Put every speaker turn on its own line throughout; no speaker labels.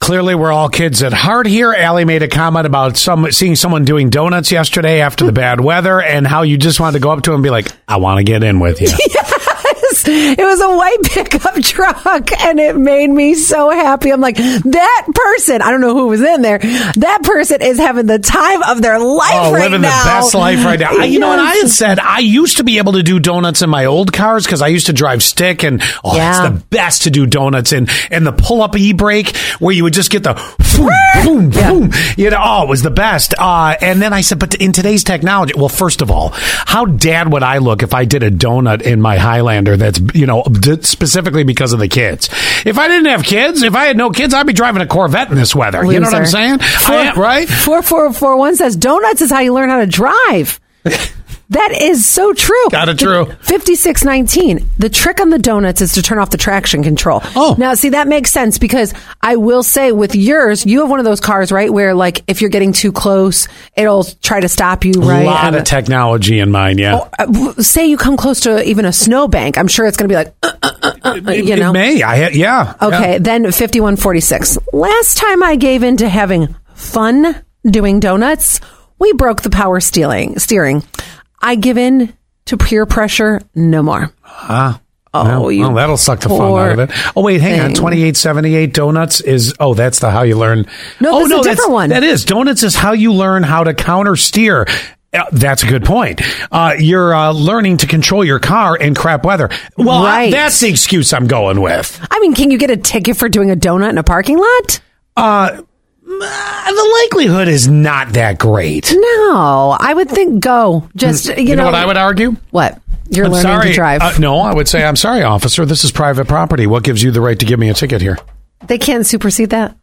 Clearly, we're all kids at heart here. Allie made a comment about some seeing someone doing donuts yesterday after the bad weather, and how you just wanted to go up to him and be like, "I want to get in with you."
Yes. It was a white pickup truck and it made me so happy. I'm like, that person, I don't know who was in there. That person is having the time of their life
Oh,
right
living
now.
the best life right now. I- You know, and I
Yes.
had said I used to be able to do donuts in my old cars because I used to drive stick, and oh,
Yeah.
that's the best to do donuts in. And the pull up e brake where you would just get the boom, boom, boom. You know, oh, it was the best. Uh, and then I said, but in today's technology, well, first of all, how dad would I look if I did a donut in my Highlander? That's you know d- specifically because of the kids. If I didn't have kids, if I had no kids, I'd be driving a Corvette in this weather. You know what I'm
Loser.
saying? I am- right?
4441 says donuts is how you learn how to drive. that is so true.
Got it true.
5619. The trick on the donuts is to turn off the traction control.
Oh.
Now, see, that makes sense because I will say with yours, you have one of those cars, right? Where, like, if you're getting too close, it'll try to stop you, right?
A lot
And-
of technology in mine, yeah.
Uh, w- say you come close to even a snowbank, I'm sure it's going to be like, uh, uh, uh, uh, uh,
It-
you
it
know.
may. I ha- yeah.
Okay,
Yeah.
then 5146. Last time I gave in to having fun doing donuts, we broke the power stealing, steering. I give in to peer pressure no more.
Yeah.
Oh, you
Ah, well, that'll suck the fun out of it. Oh wait, hang on.
thing.
Twenty eight seventy eight donuts is oh that's the how you learn.
No,
oh,
that's a different
that's,
one.
That is donuts is how you learn how to counter steer. Uh, that's a good point. Uh, you're uh, learning to control your car in crap weather. Well, I-
Right.
that's the excuse I'm going with.
I mean, can you get a ticket for doing a donut in a parking lot?
Uh, the likelihood is not that great.
No, I would think go. Just, you,
You know what I would argue?
What? You're learning
sorry.
to drive.
Uh, no, I would say I'm sorry, officer. This is private property. What gives you the right to give me a ticket here?
They can't supersede that.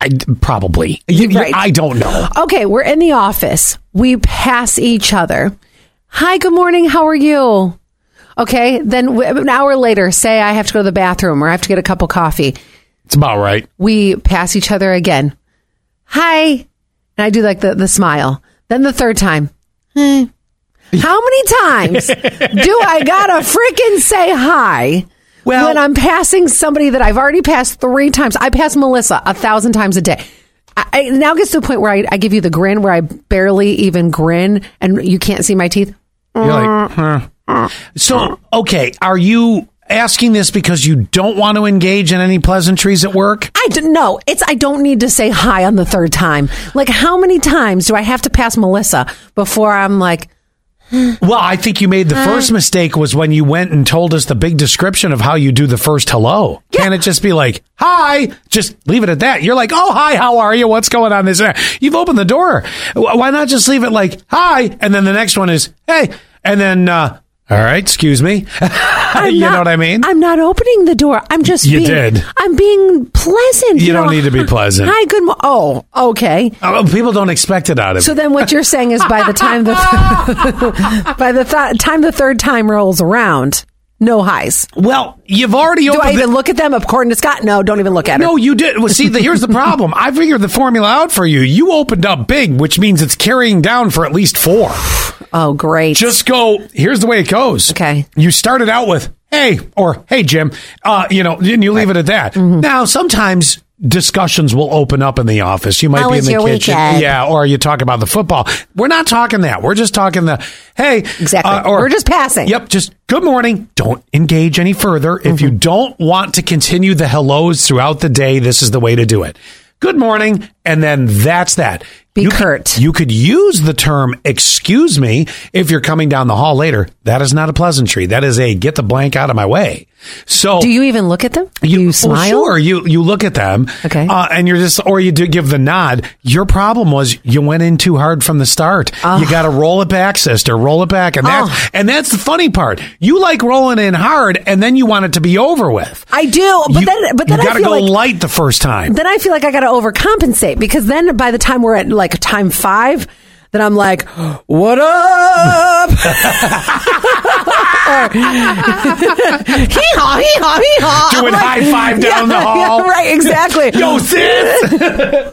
I, probably. You- you-
Right.
I don't know.
Okay, we're in the office. We pass each other. Hi, good morning. How are you? Okay, then w- an hour later, say I have to go to the bathroom or I have to get a cup of coffee.
It's about right.
We pass each other again. Hi. And I do like the, the smile. Then the third time. "Eh." How many times do I gotta freaking say hi
Well-
when I'm passing somebody that I've already passed three times? I pass Melissa a thousand times a day. I, I it now gets to the point where I, I give you the grin where I barely even grin and you can't see my teeth.
You're like, huh. So, okay, are you asking this because you don't want to engage in any pleasantries at work?
I don't know. It's I don't need to say hi on the third time. Like how many times do I have to pass Melissa before I'm like,
Well, I think you made the first
Mm.
mistake was when you went and told us the big description of how you do the first hello. Can't it just be like, hi? Just leave it at that. You're like, oh, hi, how are you? What's going on? This and that. You've opened the door. Wh- Why not just leave it like, hi? And then the next one is, hey. And then, uh, all right, excuse me. you know what I mean?
I'm not opening the door. I'm just
You
being,
did.
I'm being pleasant.
You don't need to be pleasant.
Hi, good. Mo- oh, okay.
Oh, people don't expect it out of
So then, what you're saying is, by the time the by the th- time the third time rolls around, no highs.
Well, you've already
Do I
opened.
even
the-
look at them? According to Scott, no. Don't even look at it.
no, you did. Well, see, the, here's the problem. I figured the formula out for you. You opened up big, which means it's carrying down for at least four.
Oh, great.
Just go. Here's the way it goes.
Okay.
You started out with hey or hey Jim. Uh, you know, and you leave it at that.
Mm-hmm.
Now, sometimes discussions will open up in the office. You might
How
be
was
in the
your
kitchen,
weekend?
yeah, or you talk about the football. We're not talking that. We're just talking the hey. uh,
Exactly. We're just passing.
Yep. Just good morning. Don't engage any further. If
Mm-hmm.
you don't want to continue the hellos throughout the day, this is the way to do it. Good morning, and then that's that.
Be
you
curt.
Could, you could use the term "excuse me" if you're coming down the hall later. That is not a pleasantry. That is a get the blank out of my way. So
Do you even look at them?
you,
you
well,
smile?
sure, you you look at them,
Okay.
uh, and you're just or you do give the nod. Your problem was you went in too hard from the start.
Ah.
You got to roll it back, sister. Roll it back, and that's and that's the funny part. You like rolling in hard, and then you want it to be over with.
I do, but
you,
then but then
you
I
gotta
feel
go
like
light the first time.
then I feel like I got to overcompensate because then by the time we're at like time five, then I'm like, what up? hee haw, hee haw, hee haw.
Doing high five down the hall.
right, exactly.
Yo, sis.